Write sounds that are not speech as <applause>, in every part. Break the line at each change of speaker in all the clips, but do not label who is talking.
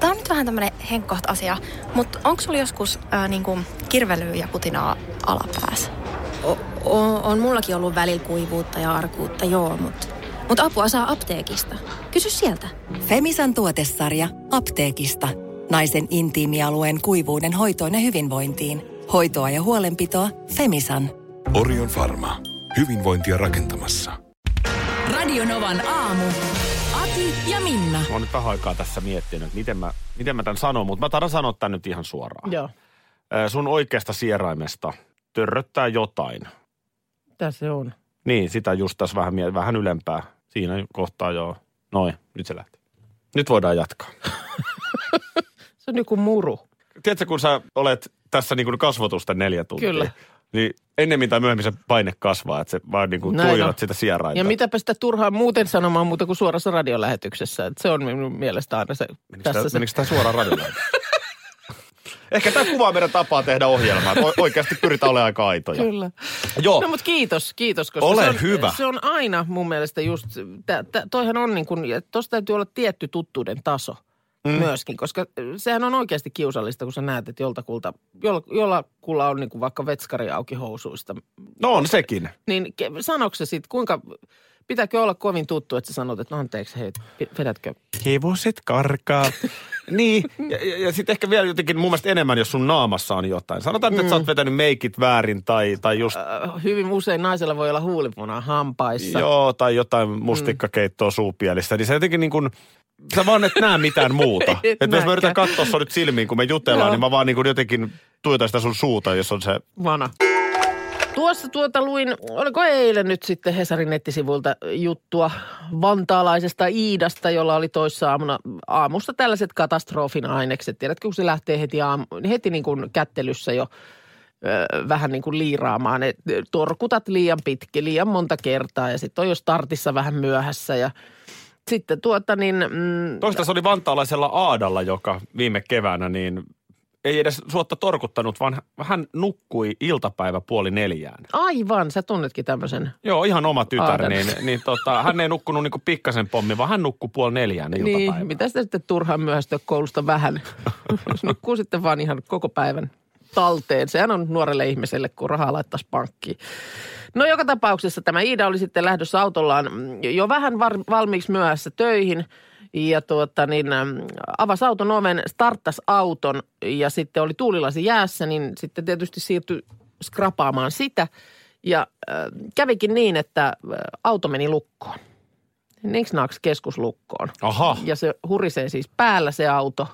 Tämä on nyt vähän tämmöinen henkkoht asia, mutta onko sulla joskus ää, niin kuin kirvelyä ja putinaa alapäässä?
O- o- on mullakin ollut välillä kuivuutta ja arkuutta, joo, mutta mut apua saa apteekista. Kysy sieltä.
Femisan tuotesarja apteekista. Naisen intiimialueen kuivuuden hoitoon ja hyvinvointiin. Hoitoa ja huolenpitoa Femisan.
Orion Pharma. Hyvinvointia rakentamassa.
Radionovan aamu. Ati ja Minna.
Mä oon nyt vähän aikaa tässä miettinyt, että miten mä, miten mä tämän sanon, mutta mä taidan sanoa tämän nyt ihan suoraan.
Joo,
Ö, Sun oikeasta sieraimesta törröttää jotain.
tässä se on.
Niin, sitä just tässä vähän, mie- vähän ylempää. Siinä kohtaa joo. Noin, nyt se lähtee. Nyt voidaan jatkaa.
Se on joku muru.
Tiedätkö, kun sä olet tässä niin kuin kasvotusta neljä tuntia.
Kyllä.
Niin ennemmin tai myöhemmin se paine kasvaa, että se vaan niin kuin
Näin
tuijot
on.
sitä sierainta.
Ja mitäpä sitä turhaa muuten sanomaan muuta kuin suorassa radiolähetyksessä. Et se on minun mielestä aina se,
Menikö
tässä
tämä,
se.
menikö tämä suoraan radiolle?
<laughs>
Ehkä tämä kuvaa meidän tapaa tehdä ohjelmaa. että o- Oikeasti pyritään olemaan aika aitoja.
Kyllä.
Joo.
No mutta kiitos, kiitos. Koska
Oh. Ole
se on,
hyvä.
Se on aina mun mielestä just, tä, tä, toihan on niin kuin, tuossa täytyy olla tietty tuttuuden taso mm. myöskin, koska sehän on oikeasti kiusallista, kun sä näet, että joltakulta, jolla, jollakulla on niin kuin vaikka vetskari auki housuista.
No on sekin.
Niin ke- sanoksi se sitten, kuinka, pitääkö olla kovin tuttu, että sä sanot, että no anteeksi, hei, pi- vedätkö?
Hevoset karkaa. <laughs> niin, ja, ja, ja sitten ehkä vielä jotenkin mun mielestä enemmän, jos sun naamassa on jotain. Sanotaan, mm. että sä oot vetänyt meikit väärin tai, tai just,
Äh, Hyvin usein naisella voi olla huulipuna hampaissa.
joo, tai jotain mustikkakeittoa mm. suupielistä. Niin se jotenkin niin kuin, sä vaan et näe mitään muuta.
Et
että jos mä
näkään.
yritän katsoa sua nyt silmiin, kun me jutellaan,
Joo.
niin mä vaan niin kuin jotenkin tuijotan sitä sun suuta, jos on se
vana. Tuossa tuota luin, oliko eilen nyt sitten Hesarin nettisivuilta juttua vantaalaisesta Iidasta, jolla oli toissa aamuna aamusta tällaiset katastrofin ainekset. Tiedätkö, kun se lähtee heti, aamu, heti niin kuin kättelyssä jo ö, vähän niin kuin liiraamaan. Et torkutat liian pitkä, liian monta kertaa ja sitten on jo startissa vähän myöhässä ja sitten tuota niin... Mm,
Toista se oli vantaalaisella Aadalla, joka viime keväänä niin ei edes suotta torkuttanut, vaan hän nukkui iltapäivä puoli neljään.
aivan, sä tunnetkin tämmöisen
Joo, ihan oma tytär,
Aadan.
niin, niin tota, hän ei nukkunut niinku pikkasen pommi, vaan hän nukkui puoli neljään iltapäivää.
Niin, mitä sitä sitten turhaan myöhästyä koulusta vähän? Jos Nukkuu sitten vaan ihan koko päivän talteen. Sehän on nuorelle ihmiselle, kun rahaa laittaisi pankkiin. No joka tapauksessa tämä Iida oli sitten lähdössä autollaan mm, jo vähän var- valmiiksi myöhässä töihin. Ja tuota, niin, äm, avasi auton oven, starttasi auton ja sitten oli tuulilasi jäässä, niin sitten tietysti siirtyi skrapaamaan sitä. Ja äh, kävikin niin, että äh, auto meni lukkoon. Niin, Niksnaks keskuslukkoon.
Aha,
Ja se hurisee siis päällä se auto,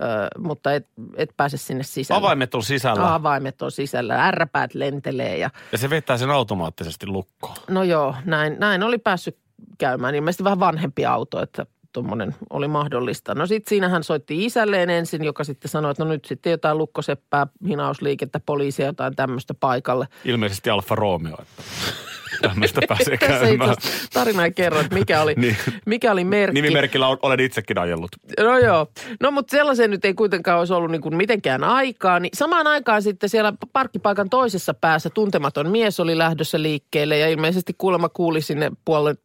ö, mutta et, et pääse sinne sisälle.
avaimet on sisällä
Avaimet on sisällä, ärräpäät lentelee ja
ja se vetää sen automaattisesti lukkoon.
no joo, näin, näin oli päässyt käymään. Ilmeisesti vähän vanhempi auto, että tuommoinen oli mahdollista. No sitten siinä hän soitti isälleen ensin, joka sitten sanoi, että no nyt sitten jotain lukkoseppää, hinausliikettä, poliisia, jotain tämmöistä paikalle.
Ilmeisesti Alfa Romeo, että
<laughs>
tämmöistä pääsee
Tässä itse
käymään.
asiassa tarinaa kerron, että mikä oli,
Niin.
mikä oli merkki.
Nimimerkillä on- olen itsekin ajellut.
No joo. No mutta sellaiseen nyt ei kuitenkaan olisi ollut niin kuin mitenkään aikaa. Niin samaan aikaan sitten siellä parkkipaikan toisessa päässä tuntematon mies oli lähdössä liikkeelle ja ilmeisesti kuulemma kuuli sinne puolen,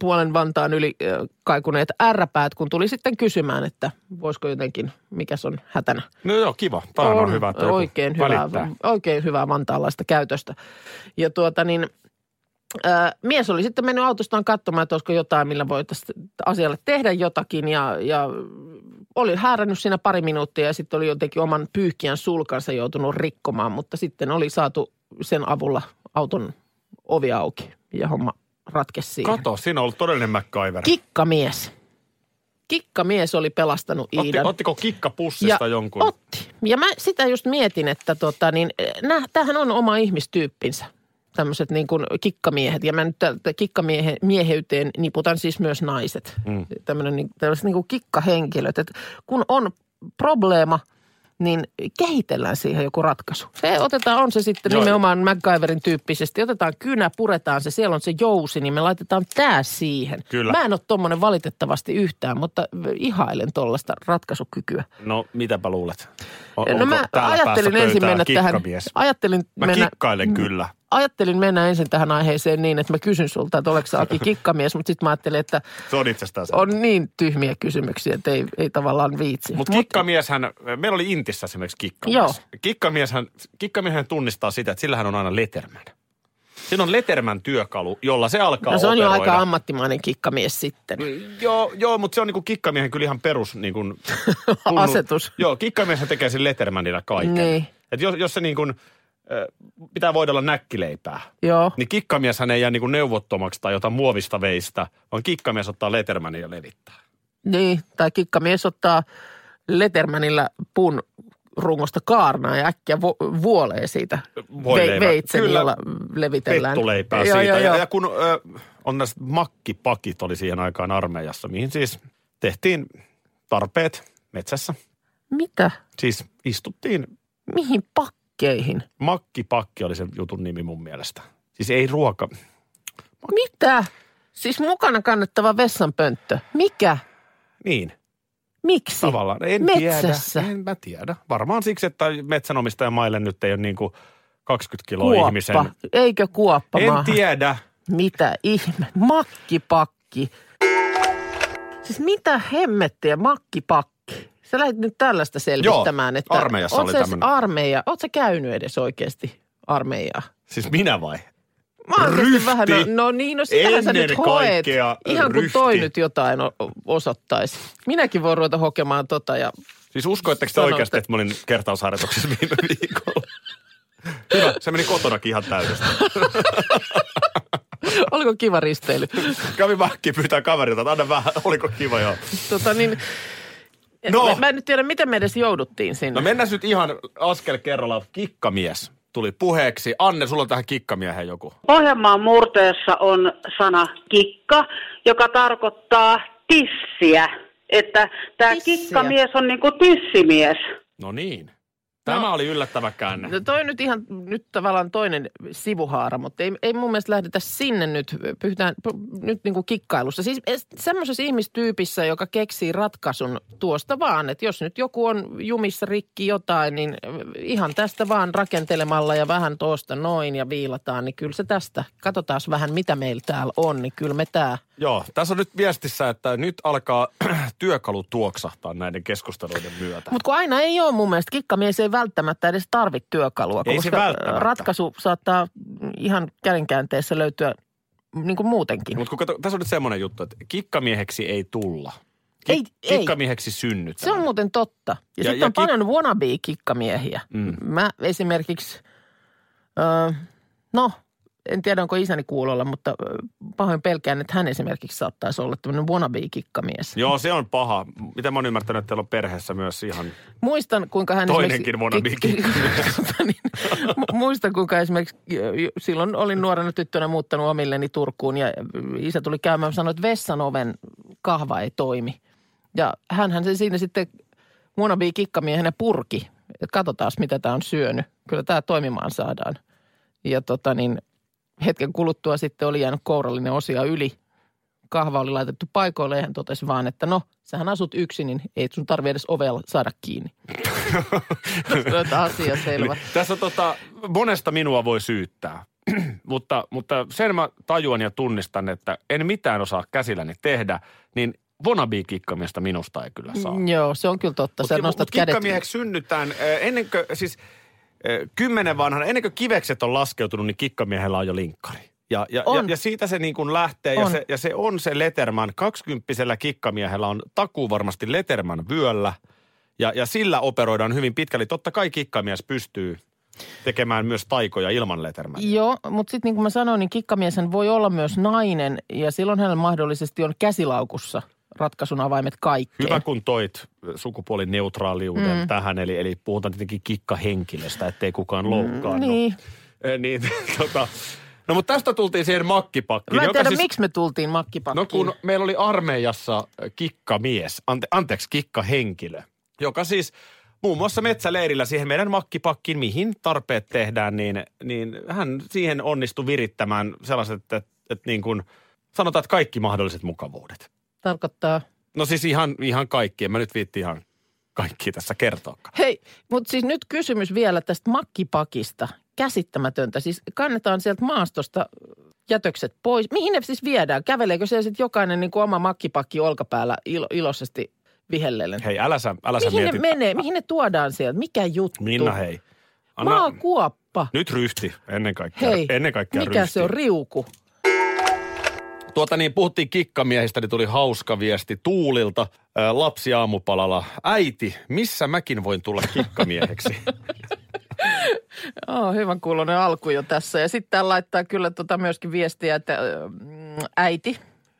puolen Vantaan yli ö, kaikuneet ärräpäät, kun tuli sitten kysymään, että voisiko jotenkin, mikä on hätänä.
No joo, kiva. Tämä on, on hyvä, että joku
oikein hyvää,
välittää.
oikein hyvää vantaalaista käytöstä. Ja tuota niin, ää, mies oli sitten mennyt autostaan katsomaan, että olisiko jotain, millä voitaisiin asialle tehdä jotakin. Ja, ja oli häärännyt siinä pari minuuttia ja sitten oli jotenkin oman pyyhkiän sulkansa joutunut rikkomaan, mutta sitten oli saatu sen avulla auton ovi auki ja homma ratkesi siihen.
Kato, siinä on ollut todellinen MacGyver.
Kikkamies. Kikkamies oli pelastanut
Otti,
Iidan.
ottiko kikka pussista jonkun?
Otti. Ja mä sitä just mietin, että tota, niin, nä, tämähän on oma ihmistyyppinsä. Tämmöiset niin kuin kikkamiehet. Ja mä nyt tältä kikkamieheyteen niputan siis myös naiset. Mm. Tämmöinen, niin, tämmöiset niin kuin kikkahenkilöt. Et kun on probleema, niin kehitellään siihen joku ratkaisu. Se otetaan, on se sitten
Joo.
Joo. nimenomaan MacGyverin tyyppisesti. Otetaan kynä, puretaan se, siellä on se jousi, niin me laitetaan tää siihen.
Kyllä.
Mä en ole tommonen valitettavasti yhtään, mutta ihailen tuollaista ratkaisukykyä.
No, mitäpä luulet?
No mä ajattelin ensin mennä tähän. Ajattelin
Mä
mennä, Mm.
kikkailen kyllä.
ajattelin mennä ensin tähän aiheeseen niin, että mä kysyn sulta, että oletko
<laughs>
sä Aki kikkamies, mutta sitten mä ajattelin, että
Se on itsestään se.
on niin tyhmiä kysymyksiä, että ei, ei tavallaan viitsi.
Mutta kikkamieshän, meillä oli Intissä esimerkiksi kikkamies.
Joo.
Kikkamieshän, kikkamieshän tunnistaa sitä, että sillähän on aina Letterman. Siinä on Letterman työkalu, jolla se alkaa
no, se on jo
operoida. Niin,
aika ammattimainen kikkamies sitten. <laughs>
Joo, joo mutta se on niinku kikkamiehen kyllä ihan perus niinku, tunnu-
Asetus.
Joo, kikkamieshän tekee sen Lettermanilla kaiken.
Niin.
Et jos, jos se niinku, ö, pitää voidella näkkileipää,
Joo.
niin kikkamieshän ei jää niinku neuvottomaksi tai jotain muovista veistä, vaan kikkamies ottaa Lettermanin ja levittää.
Niin, tai kikkamies ottaa Lettermanilla puun rungosta kaarnaa ja äkkiä vo- vuolee siitä
Voileivä.
ve- veitsen,
Kyllä.
jolla levitellään.
Pettuleipää
joo,
siitä.
Joo, joo.
Ja, ja kun ö, on näissä makkipakit oli siihen aikaan armeijassa, mihin siis tehtiin tarpeet metsässä.
Mitä?
Siis istuttiin,
Mihin pakkeihin?
makkipakki oli sen jutun nimi mun mielestä. Siis ei ruoka.
Mitä? Siis mukana kannettava vessanpönttö. Mikä?
Niin,
Miksi?
tavallaan. En
Metsässä.
tiedä. En mä tiedä. Varmaan siksi, että metsänomistajan maille nyt ei ole niin kuin 20 kiloa
Kuoppa.
ihmisen.
Eikö kuoppa
En
maahan?
tiedä.
Mitä ihme? Makkipakki. Siis mitä hemmettiä makkipakki? Sä lähdit nyt tällaista selvittämään, että
armeijassa
oot
oli
sä edes
tämmönen.
armeija, oot sä käynyt edes oikeasti armeijaa?
Siis minä vai?
Mä oon
Ryhti.
tietysti vähän, no, no niin, no sitähän sä nyt
Ennen
hoet.
kaikkea
Ihan kun toi
ryhti.
nyt jotain o- osoittaisi. Minäkin voin ruveta hokemaan tota ja
Siis uskoitteko te
Sanotte.
oikeasti, että mä olin kertausharjoituksessa viime viikolla? Hyvä, se meni kotonakin ihan täydestä.
<laughs> oliko kiva risteily.
Kävi mäkki pyytää kaverilta, että anna vähän, oliko kiva joo.
Tota niin,
No.
mä, mä en nyt tiedä, miten me edes jouduttiin sinne.
No mennään nyt ihan askel kerrallaan. Kikkamies tuli puheeksi. Anne, sulla on tähän kikkamiehen joku.
Pohjanmaan murteessa on sana kikka, joka tarkoittaa tissiä. Että tämä
Tissiä.
kikkamies on niinku tissimies.
No niin. Tämä
No.
oli yllättävä käänne.
No toi on nyt ihan nyt tavallaan toinen sivuhaara, mutta ei, ei mun mielestä lähdetä sinne nyt, pyhitään p- nyt niin kuin kikkailussa. Siis es- semmoisessa ihmistyypissä, joka keksii ratkaisun tuosta vaan, että jos nyt joku on jumissa rikki jotain, niin ihan tästä vaan rakentelemalla ja vähän tuosta noin ja viilataan, niin kyllä se tästä. Katsotaan vähän, mitä meillä täällä on, niin kyllä me tää.
Joo, tässä on nyt viestissä, että nyt alkaa <clears throat> työkalu tuoksahtaa näiden keskusteluiden myötä.
Mutta kun aina ei ole mun mielestä, kikkamies ei välttämättä edes tarvitse työkalua,
Ei se
koska
välttämättä.
ratkaisu saattaa ihan kädenkäänteessä löytyä niin kuin muutenkin.
Mutta kun kato, tässä on nyt semmoinen juttu, että kikkamieheksi ei tulla.
Ei, ei.
Kikkamieheksi synnytään.
Se on muuten totta.
Ja-
Ja, ja sitten
ja
on
kik-
paljon wannabe-kikkamiehiä.
Mm.
Mä esimerkiksi, öö, no en tiedä onko isäni kuulolla, mutta ö, pahoin pelkään, että hän esimerkiksi saattaisi olla tämmöinen wannabe-kikkamies.
Joo, se on paha. Mitä mä oon ymmärtänyt, että teillä on perheessä myös ihan...
Muistan, kuinka hän
Toinenkin
esimerkiksi...
wannabe-kikkamies.
<laughs> Tota niin, mu- Muistan, kuinka esimerkiksi ö, silloin olin nuorena tyttönä muuttanut omilleni Turkuun ja isä tuli käymään ja sanoi, että vessan oven kahva ei toimi. Ja hänhän se siinä sitten wannabe kikkamiehenä purki. Katsotaan, mitä tämä on syönyt. Kyllä tämä toimimaan saadaan. Ja tota niin, hetken kuluttua sitten oli jäänyt kourallinen osia yli. Kahva oli laitettu paikoille ja hän totesi vaan, että no, sähän asut yksin, niin ei sun tarvi edes ovella saada kiinni.
<laughs>
Tätä asia selvä.
Eli Tässä on tota, monesta minua voi syyttää. <clears throat> mutta, mutta sen mä tajuan ja tunnistan, että en mitään osaa käsilläni tehdä, niin wannabe-kikkamiestä minusta ei kyllä saa.
Mm, Joo, se on kyllä totta. Sä
Mut-
nostat
mut
kädet.
kikkamieheksi synnytään ö, ennen kuin, siis ö, kymmenen vanhana, ennen kuin kivekset on laskeutunut, niin kikkamiehellä on jo linkkari. Ja, ja, ja,
On.
ja siitä se niin kuin lähtee, ja
On.
se, ja se on se Leterman. Kaksikymppisellä kikkamiehellä on takuu varmasti Leterman vyöllä, ja, ja sillä operoidaan hyvin pitkälle. Totta kai kikkamies pystyy tekemään myös taikoja ilman Leterman.
Joo, mutta sitten niin kuin mä sanoin, niin kikkamieshän voi olla myös nainen ja silloin hänellä mahdollisesti on käsilaukussa ratkaisun avaimet kaikkeen.
Hyvä, kun toit sukupuolineutraaliuden mm. tähän, eli, eli puhutaan tietenkin kikkahenkilöstä, ettei kukaan loukkaannu.
Niin.
Eh, niin, <laughs> tota. No mutta tästä tultiin siihen makkipakkiin.
Mä en
joka
tiedä,
siis-
miksi me tultiin makkipakkiin.
No kun meillä oli armeijassa eh, kikkamies, ante, anteeksi, kikkahenkilö, joka siis muun muassa metsäleirillä siihen meidän makkipakkiin, mihin tarpeet tehdään, niin, niin hän siihen onnistui virittämään sellaiset, että, että niin kuin sanotaan, että kaikki mahdolliset mukavuudet.
Tarkoittaa.
No siis ihan, ihan kaikki, en mä nyt viitti ihan kaikki tässä kertoakaan.
Hei, mutta siis nyt kysymys vielä tästä makkipakista. käsittämätöntä. Siis kannetaan sieltä maastosta jätökset pois. Mihin ne siis viedään? Käveleekö se sitten jokainen niin kuin oma makkipakki olkapäällä ilo, iloisesti vihellellen?
Hei, älä sä, älä sä
Mihin ne
mieti.
menee? Mihin ne tuodaan sieltä? Mikä juttu?
Minna, hei. Anna,
Maakuoppa.
nyt ryhti ennen kaikkea.
Hei,
ennen kaikkea
mikä
ryhti.
se on riuku?
Tuota niin, puhuttiin kikkamiehistä, niin tuli hauska viesti Tuulilta. Ää, lapsi aamupalalla. Äiti, missä mäkin voin tulla
<laughs>
kikkamieheksi?
Oh, hyvän kuulonen alku jo tässä. Ja sitten täällä laittaa kyllä tota myöskin viestiä, että ö, mm, äiti,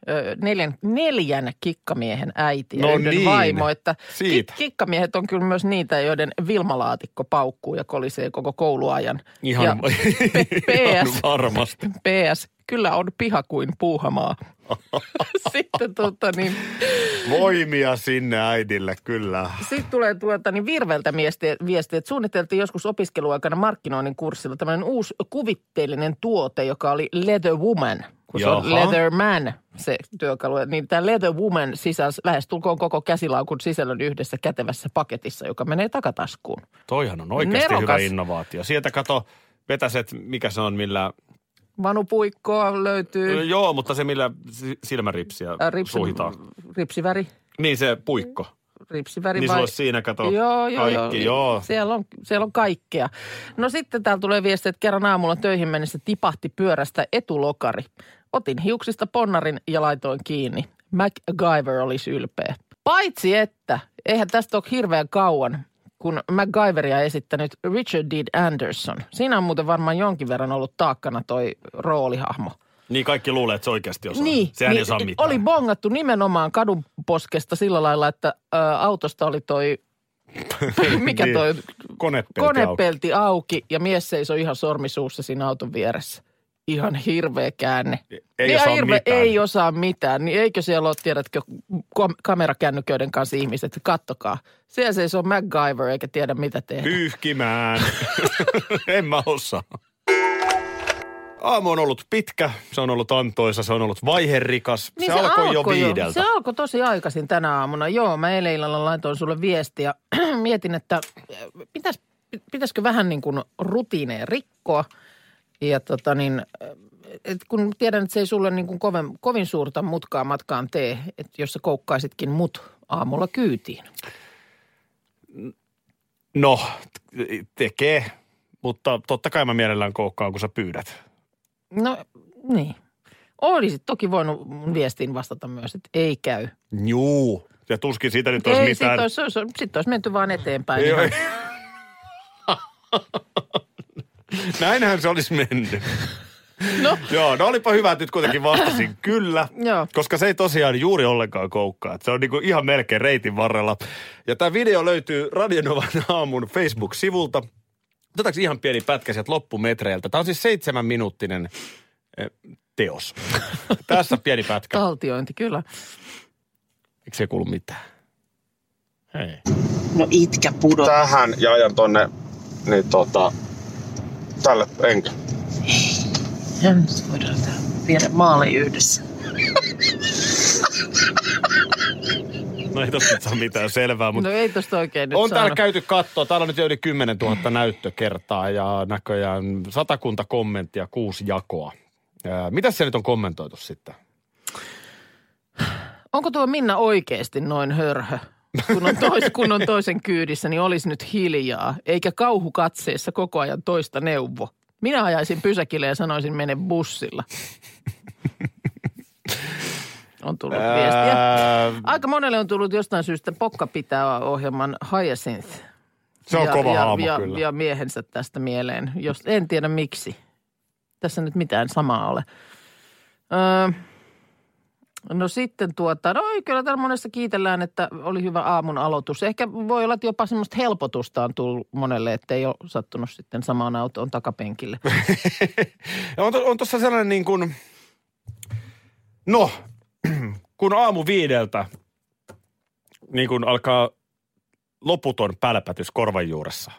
ö, neljän, neljän kikkamiehen äiti ja
No
yhden
niin.
vaimo. Että
Siitä.
kik- Kikkamiehet on kyllä myös niitä, joiden vilmalaatikko paukkuu ja kolisee koko kouluajan.
Ihan,
ja
p-
PS.
varmasti.
PS, kyllä on piha kuin
<laughs>
puuhamaa. <laughs> sitten tuota niin...
Voimia sinne äidille, kyllä.
Sitten tulee tuota, niin Virveltä miesti- viesti, että suunniteltiin joskus opiskeluaikana markkinoinnin kurssilla tämmöinen uusi kuvitteellinen tuote, joka oli Leather Woman, kun se on
Jaha.
Leather Man se työkalu. Niin tämä Leather Woman sisälsi lähestulkoon koko käsilaukun sisällön yhdessä kätevässä paketissa, joka menee takataskuun.
Toihan on oikeasti hyvä
Nerokas.
innovaatio. Sieltä kato, vetäset, mikä se on, millä...
Vanupuikkoa löytyy,
Joo, mutta se millä si- silmäripsiä
äh, ripsi,
suhitaan.
ripsiväri,
Niin se puikko.
ripsiväri
Niin
vai-
sulla olisi siinä, kato,
Joo, joo,
kaikki. Joo.
Siellä, on, siellä on kaikkea. No sitten täällä tulee viesti, että kerran aamulla töihin mennessä tipahti pyörästä etulokari. Otin hiuksista ponnarin ja laitoin kiinni. MacGyver olisi ylpeä. Paitsi että, eihän tästä ole hirveän kauan, kun MacGyveria esittänyt Richard Dean Anderson. Siinä on muuten varmaan jonkin verran ollut taakkana toi roolihahmo.
Niin kaikki luulee, että se oikeasti osaa.
Niin,
Sehän
niin
ei saa mitään.
oli bongattu nimenomaan kadun poskesta sillä lailla, että ö, autosta oli
<laughs>
toi, mikä
Niin.
toi,
Konepelti auki.
konepelti auki ja mies seisoi ihan sormisuussa siinä auton vieressä. Ihan hirveä käänne.
Ei
Niin,
osaa mitään.
ei osaa mitään. Niin eikö siellä ole, tiedätkö, kom- kamerakännyköiden kanssa ihmiset, että kattokaa. Siellä seisoo MacGyver eikä tiedä mitä tehdä.
Pyyhkimään. <laughs> en mä osaa. Aamu on ollut pitkä, se on ollut antoisa, se on ollut vaiherikas. se, alkoi jo viideltä.
Se Niin alkoi tosi aikaisin tänä aamuna. Joo, mä eilen illalla laitoin sulle viestiä. <clears throat> Mietin, että pitäis, pitäisikö vähän niin kuin rutiineja rikkoa. Ja tota niin, et kun tiedän, että se ei sulle niin kuin kovin, kovin suurta mutkaa matkaan tee, että jos sä koukkaisitkin mut aamulla kyytiin.
No, t- tekee, mutta totta kai mä mielellään koukkaan, kun sä pyydät.
No niin. Olisit toki voinut mun viestiin vastata myös, että ei käy.
Juu. Ja tuskin siitä nyt olisi
ei,
mitään.
Sitten olisi, olisi, sit olisi menty vaan eteenpäin.
Ei,
ihan
ei. <laughs> Näinhän se olisi mennyt.
No.
Joo, no olipa hyvä, että nyt kuitenkin vastasin kyllä.
Joo.
Koska se ei tosiaan juuri ollenkaan koukkaa. Se on niinku ihan melkein reitin varrella. Ja tämä video löytyy Radionovan aamun Facebook-sivulta. Otetaanko ihan pieni pätkä sieltä loppumetreiltä? Tämä on siis seitsemän minuuttinen eh,
<laughs>
teos. Tässä pieni pätkä.
Taltiointi, kyllä.
Eikö se kuulu mitään? Hei.
No itkä pudot.
tähän ja ajan tonne niin tota, tälle enkä.
Ja nyt voidaan tää viedä maaliin yhdessä.
No ei tosta nyt saa mitään selvää, mutta
No ei tosta oikein nyt
on
saanut.
täällä käyty katsoa. Täällä on nyt jo yli 10 000 näyttökertaa ja näköjään satakunta kommenttia, kuusi jakoa. Ää, Mitäs se nyt on kommentoitu sitten?
Onko tuo Minna oikeasti noin hörhö? Kun on, tois, kun on toisen kyydissä, niin olisi nyt hiljaa, eikä kauhu katseessa koko ajan toista neuvo. Minä ajaisin pysäkille ja sanoisin, mene bussilla. On tullut viestiä.
Ää,
Aika monelle on tullut jostain syystä pokka pitää ohjelman Hyacinth.
se on
ja,
kova
ja,
haamu
ja,
kyllä.
Ja miehensä tästä mieleen. Jos, en tiedä miksi. Tässä nyt mitään samaa ole. Öö, no sitten tuota, no ei, kyllä täällä monessa kiitellään, että oli hyvä aamun aloitus. Ehkä voi olla, että jopa semmoista helpotusta on tullut monelle, että ei ole sattunut sitten samaan
<laughs>
autoon takapenkille.
Ja on, to, on tossa sellainen niin kuin, no, <clears throat> kun aamu viideltä niin kun alkaa loputon pälpätys korvan juuressa.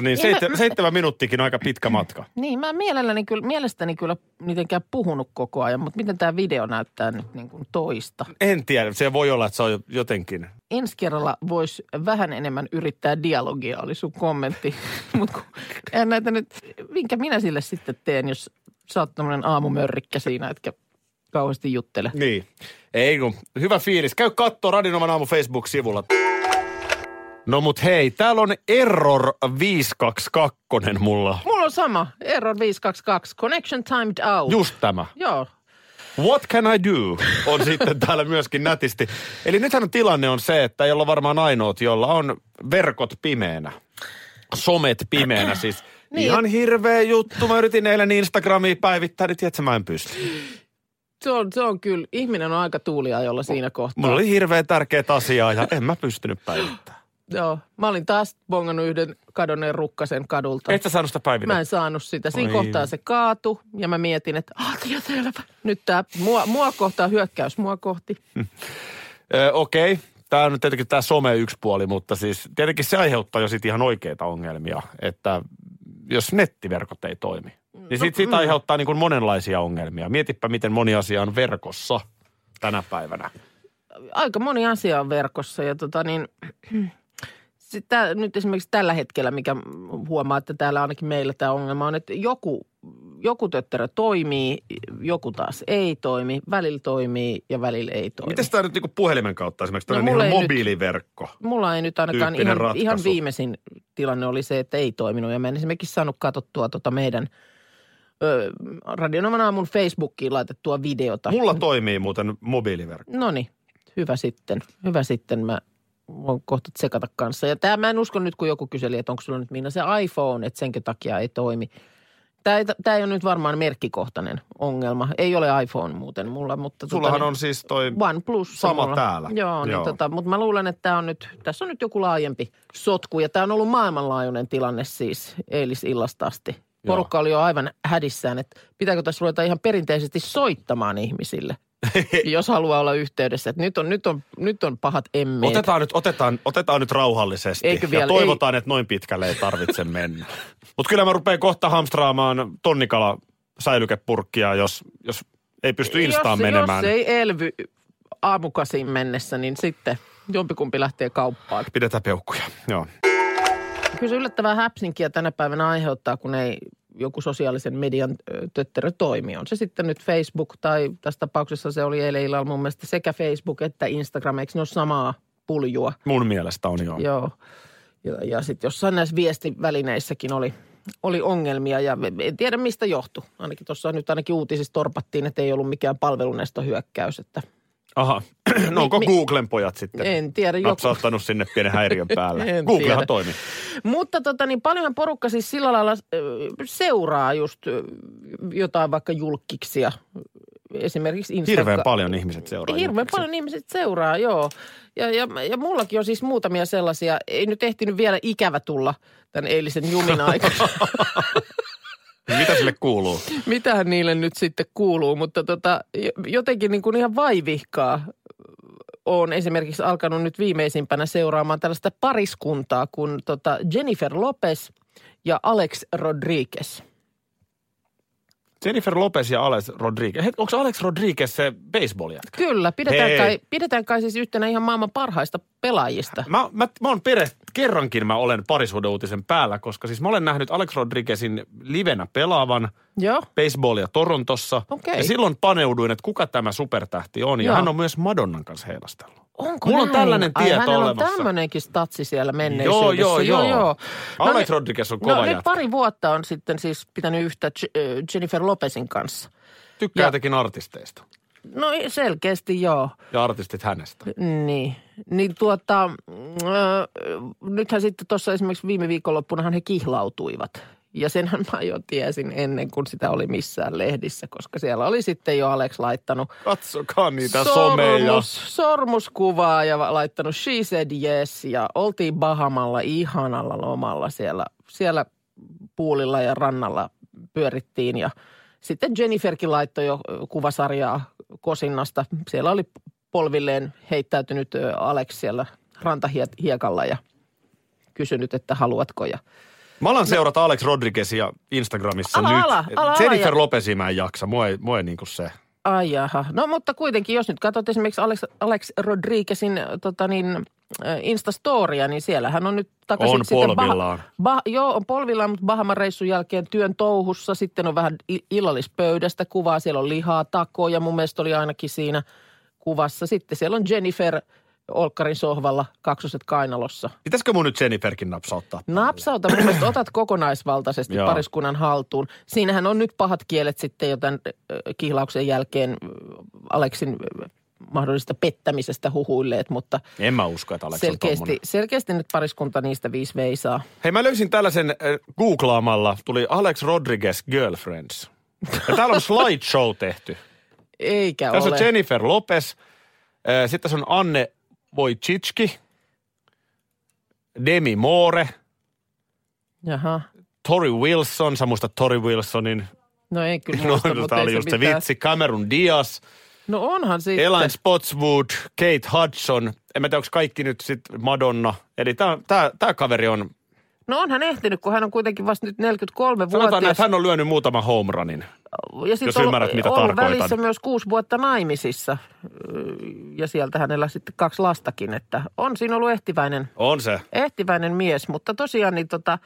Niin
Ja
seitse,
mä- mä-
seitsemän minuuttikin on aika pitkä matka.
Niin, mä en mielelläni kyllä, mielestäni kyllä mitenkään puhunut koko ajan, mutta miten tämä video näyttää nyt niin kuin toista?
En tiedä, se voi olla, että se on jotenkin.
Ensi kerralla voisi vähän enemmän yrittää dialogia, oli sun kommentti. <laughs> mutta en näitä nyt, minkä minä sille sitten teen, jos sä oot tämmöinen aamumörrikkä siinä, etkä kauheasti juttele.
Niin. Ei kun, hyvä fiilis. Käy kattoo Radinoman aamu Facebook-sivulla. No mut hei, täällä on Error 522 mulla.
Mulla on sama, Error 522, Connection Timed Out.
Just tämä.
Joo,
What can I do? On <laughs> sitten täällä myöskin nätisti. Eli nythän tilanne on se, että ei olla varmaan ainoat, jolla on verkot pimeänä. Somet
<clears throat>
pimeänä siis.
Niin.
Ihan hirveä juttu. Mä yritin eilen Instagramiin päivittää, niin tiedätkö, mä en pysty.
se on, se on kyllä, ihminen on aika tuuliajolla siinä kohtaa.
Mulla oli hirveän tärkeät asiaa ja en mä pystynyt päivittämään.
Joo, mä olin taas bongannut yhden kadonneen rukkasen kadulta.
Et sä saanut sitä
Mä
päivitettyä?
en saanut sitä. Siinä
Oi.
kohtaa se kaatu ja mä mietin, että aatia selvä. Nyt tää mua, mua kohtaa hyökkäys mua kohti.
Ö, Okei. Tämä on nyt tietenkin tämä some yksi puoli, mutta siis tietenkin se aiheuttaa jo sit ihan oikeita ongelmia, että jos nettiverkot ei toimi. Niin sit, sit aiheuttaa niin kuin monenlaisia ongelmia. Mietipä, miten moni asia on verkossa tänä päivänä.
Aika moni asia on verkossa ja tota niin... <clears throat> Sitä, nyt esimerkiksi tällä hetkellä, mikä huomaa, että täällä ainakin meillä tämä ongelma on, että joku, joku tötterö toimii, joku taas ei toimi, välillä toimii ja välillä ei toimi.
Miten tämä nyt niin kuin puhelimen kautta esimerkiksi?
No
Tällainen
mulla
ihan
ei nyt-
mobiiliverkko.
Mulla ei nyt ainakaan
Tyyppinen
ihan,
ratkaisu.
ihan viimeisin tilanne oli se, että ei toiminut. Ja mä en esimerkiksi saanut katsottua tuota meidän ö, Radionoman aamun Facebookiin laitettua videota.
Mulla toimii muuten mobiiliverkko.
No niin, hyvä sitten. Hyvä sitten. Mä voin kohta tsekata kanssa. Ja tämä mä en usko nyt, kun joku kyseli, että onko sulla nyt Minna se iPhone, että senkin takia ei toimi. Tämä ei, tää ei ole nyt varmaan merkkikohtainen ongelma. Ei ole iPhone muuten mulla, mutta... tota
Sullahan
niin-
on siis toi...
OnePlus.
Sama
mulla.
täällä.
Joo, niin
Joo.
Tota, mutta mä luulen, että tää on nyt, tässä on nyt joku laajempi sotku. Ja tämä on ollut maailmanlaajuinen tilanne siis eilisillasta asti. Porukka oli jo aivan hädissään, että pitääkö tässä ruveta ihan perinteisesti
<laughs>
soittamaan ihmisille, jos haluaa olla yhteydessä. Että nyt on, nyt on, nyt on pahat emmeet.
Otetaan nyt, otetaan, otetaan nyt rauhallisesti
Eikö
ja
vielä?
toivotaan, että noin pitkälle ei tarvitse mennä. Mutta kyllä mä rupean kohta hamstraamaan tonnikala säilykepurkkia, jos, jos ei pysty instaan
jos,
menemään.
Jos ei elvy aamukasiin mennessä, niin sitten jompikumpi lähtee kauppaan.
Pidetään peukkuja, joo.
Kyllä se yllättävää häpsinkiä tänä päivänä aiheuttaa, kun ei joku sosiaalisen median ö, tötterö toimi. On se sitten nyt Facebook tai tässä tapauksessa se oli eilen illalla mun mielestä sekä Facebook että Instagram. Eikö ne ole samaa puljua?
Mun mielestä on joo.
Joo. Ja, ja sitten jossain näissä viestivälineissäkin oli, oli ongelmia ja en tiedä mistä johtuu. Ainakin tuossa nyt ainakin uutisissa torpattiin, että ei ollut mikään palvelunesto hyökkäys. Että
Aha, <clears throat> no onko
Mi- mi-
Googlen pojat sitten?
en tiedä, joku,
Napsauttanut sinne pienen häiriön päälle.
<laughs> En
Googlehan
tiedä.
toimi.
Mutta tota, niin paljonhan porukka siis sillä lailla ö, seuraa just ö, jotain vaikka julkkiksia. Esimerkiksi Instagram.
Hirveän paljon ihmiset seuraa.
Hirveän
julkiksi.
paljon ihmiset seuraa, joo. Ja, ja, ja mullakin on siis muutamia sellaisia. Ei nyt ehtinyt vielä ikävä tulla tämän eilisen
<laughs>
jumin aikana.
Mitä sille kuuluu?
Mitähän niille nyt sitten kuuluu, mutta tota, jo- jotenkin niin kuin ihan vaivihkaa on esimerkiksi alkanut nyt viimeisimpänä seuraamaan tällaista pariskuntaa kuin tota Jennifer Lopez ja Alex Rodriguez.
Jennifer Lopez ja Alex Rodriguez. Het- Onko Alex Rodriguez se baseball jätkä?
Kyllä, pidetään,
Hei.
kai, pidetään kai siis yhtenä ihan maailman parhaista pelaajista.
Mä, mä, mä oon pere, kerrankin mä olen parisuuden uutisen päällä, koska siis mä olen nähnyt Alex Rodriguezin livenä pelaavan
Joo,
baseballia Torontossa.
Okei.
Ja silloin paneuduin, että kuka tämä supertähti on. Ja
Joo.
hän on myös Madonnan kanssa heilastellut.
onko
Mulla on
näin?
tällainen
Ai,
tieto
hänellä
olemassa.
on tämmöinenkin statsi siellä
Joo,
menneisyydessä.
joo, joo. Alex
ne-
Rodriguez on kova
No nyt
jätkä.
pari vuotta on sitten siis pitänyt yhtä J- ö, Jennifer Lopezin kanssa.
Tykkää
Ja-
jotenkin artisteista.
No selkeästi joo.
Ja artistit hänestä.
Niin, niin tuota, mm, öö, nythän sitten tuossa esimerkiksi viime viikonloppunahan he kihlautuivat. Ja senhän mä jo tiesin ennen kuin sitä oli missään lehdissä, koska siellä oli sitten jo Alex laittanut
Katsokaa niitä someja.
sormus, sormuskuvaa ja va- laittanut she said yes. Ja oltiin Bahamalla ihanalla lomalla siellä, siellä puulilla ja rannalla pyörittiin ja sitten Jenniferkin laittoi jo ö, kuvasarjaa kosinnasta. Siellä oli polvilleen heittäytynyt ö, Alex siellä rantahiekalla ja kysynyt, että haluatko. Ja
Mä alan seurata Alex Rodriguezia Instagramissa
Ala,
nyt.
ala, ala, ala,
Jennifer
ja-
Lopezia mä en jaksa. Mua ei, mua ei niinku se.
Ai jaha. No mutta kuitenkin, jos nyt katsot esimerkiksi Alex, Alex Rodriguezin tota niin, äh, Instastoria, niin siellä hän on nyt takaisin.
On
sitten
polvillaan.
Bah- bah, joo, on polvillaan, mutta Bahaman reissun jälkeen työn touhussa. Sitten on vähän i- illallispöydästä kuvaa. Siellä on lihaa, takoja. Mun mielestä oli ainakin siinä kuvassa. Sitten siellä on Jennifer Olkkarin sohvalla, kaksoset kainalossa.
Pitäisikö mun nyt Jenniferkin napsauttaa?
No. Napsauta, mun mielestä otat kokonaisvaltaisesti
Joo.
pariskunnan haltuun. Siinähän on nyt pahat kielet sitten jo tämän ö, kihlauksen jälkeen ö, Aleksin ö, mahdollisesta pettämisestä huhuilleet, mutta
En mä usko, että Alex on tommonen.
selkeästi, selkeästi nyt pariskunta niistä viisi veisaa.
Hei, mä löysin tällaisen äh, googlaamalla. Tuli Alex Rodriguez Girlfriends. Ja täällä on slideshow
<laughs>
tehty.
Eikä
Tässä
ole.
on Jennifer Lopez. Äh, Sitten tässä on Anne Wojcicki. Demi Moore.
Jaha.
Tori Wilson. Sä muistat Tori Wilsonin.
No ei kyllä
<laughs> No,
muista, mutta
tämä
ei
oli
se
just se
mitään.
vitsi. Cameron Diaz.
No onhan sitten.
Elaine Spotswood, Kate Hudson. En mä tiedä, onko kaikki nyt sitten Madonna. Eli tämä kaveri on,
No onhan ehtinyt, kun hän on kuitenkin vasta nyt 43
sanotaan näin,
vuotias.
että hän on lyönyt muutaman home runin.
ja sit
jos
ollut-
ymmärrät, mitä
ollut
tarkoitan.
välissä myös kuusi vuotta naimisissa. Öö, Ja sieltä hänellä sitten kaksi lastakin, että on siinä ollut ehtiväinen,
On se.
ehtiväinen mies. Mutta tosiaan niin tota,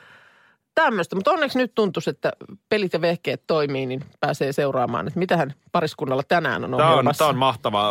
tämmöistä. Mutta onneksi nyt tuntuu, että pelit ja vehkeet toimii, niin pääsee seuraamaan, että mitähän pariskunnalla tänään on
Tämä on,
ohjelmassa.
tää on mahtavaa.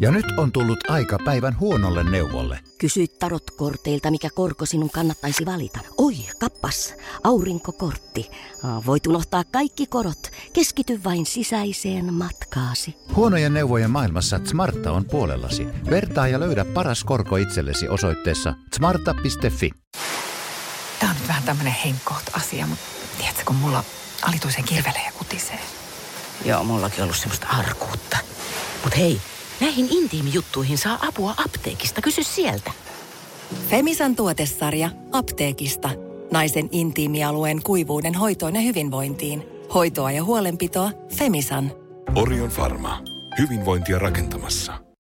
Ja nyt on tullut aika päivän huonolle neuvolle.
Kysy tarotkorteilta, mikä korko sinun kannattaisi valita. Oi, kappas, aurinkokortti. Voit unohtaa kaikki korot. Keskity vain sisäiseen matkaasi.
Huonojen neuvojen maailmassa Smarta on puolellasi. Vertaa ja löydä paras korko itsellesi osoitteessa smarta.fi.
Tämä on nyt vähän tämmöinen henkkoht asia, mutta tiedätkö, kun mulla alituisen kirvelee ja kutisee.
Joo, mullakin ollut semmoista arkuutta. Mut hei, näihin intiimijuttuihin saa apua apteekista. Kysy sieltä.
Femisan tuotesarja apteekista. Naisen intiimialueen kuivuuden hoitoon ja hyvinvointiin. Hoitoa ja huolenpitoa Femisan.
Orion Pharma. Hyvinvointia rakentamassa.